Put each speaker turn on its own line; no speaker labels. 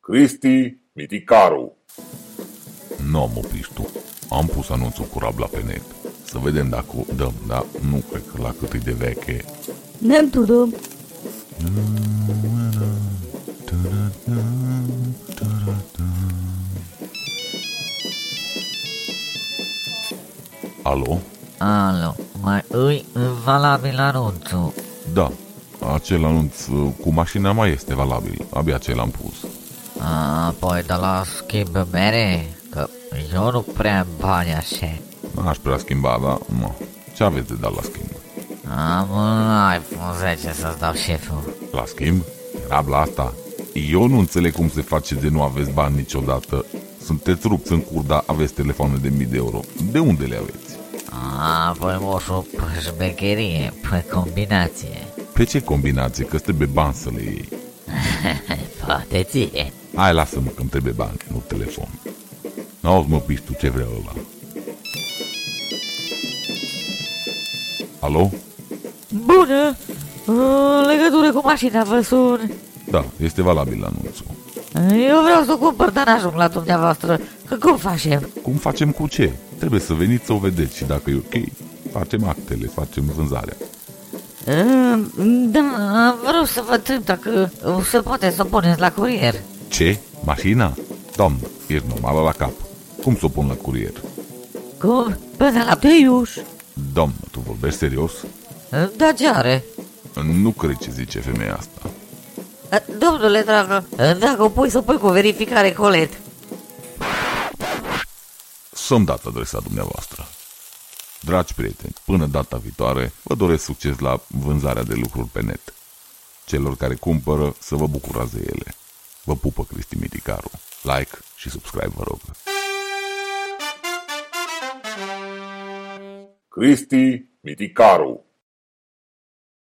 Cristi Miticaru.
Nu am oprit tu. Am pus anunțul cu Rabla pe net. Să vedem dacă o dăm, dar nu cred că la cât e de veche.
Nem tudom.
Alo?
Alo, mai îi valabil anunțul.
Da, acel anunț uh, cu mașina mai este valabil. Abia ce l-am pus.
Apoi de la schimb mere, că eu nu prea am bani așa.
N-aș prea schimba, dar nu. Ce aveți de dat la schimb?
Am un iPhone 10 să-ți dau șeful.
La schimb? Rabla asta? Eu nu înțeleg cum se face de nu aveți bani niciodată. Sunteți rupți în curda, aveți telefoane de mii de euro. De unde le aveți?
Apoi moșul pe șmecherie, pe combinație.
Pe ce combinație? Că trebuie bani să le iei.
Poate ție.
Hai, lasă-mă că îmi trebuie bani, nu telefon. N-auzi, mă, piștu, ce vrea ăla? Alo?
Bună! În legătură cu mașina vă sun.
Da, este valabil anunțul.
Eu vreau să o cumpăr, dar n-ajung la dumneavoastră. Că cum facem?
Cum facem cu ce? Trebuie să veniți să o vedeți și dacă e ok, facem actele, facem vânzarea.
Mm, Da, vreau să vă întreb dacă se poate să o puneți la curier.
Ce? Mașina? Doamnă, ești normală la cap. Cum să o pun la curier?
Cum? Până la Peiuș.
Doamnă, tu vorbești serios?
Da, ce are?
Nu cred ce zice femeia asta.
Domnule dragă, dacă o pui să o pui cu verificare colet.
Să-mi dat adresa dumneavoastră. Dragi prieteni, până data viitoare, vă doresc succes la vânzarea de lucruri pe net. Celor care cumpără, să vă bucurați de ele. Vă pupă Cristi Miticaru. Like și subscribe, vă rog.
Cristi Miticaru.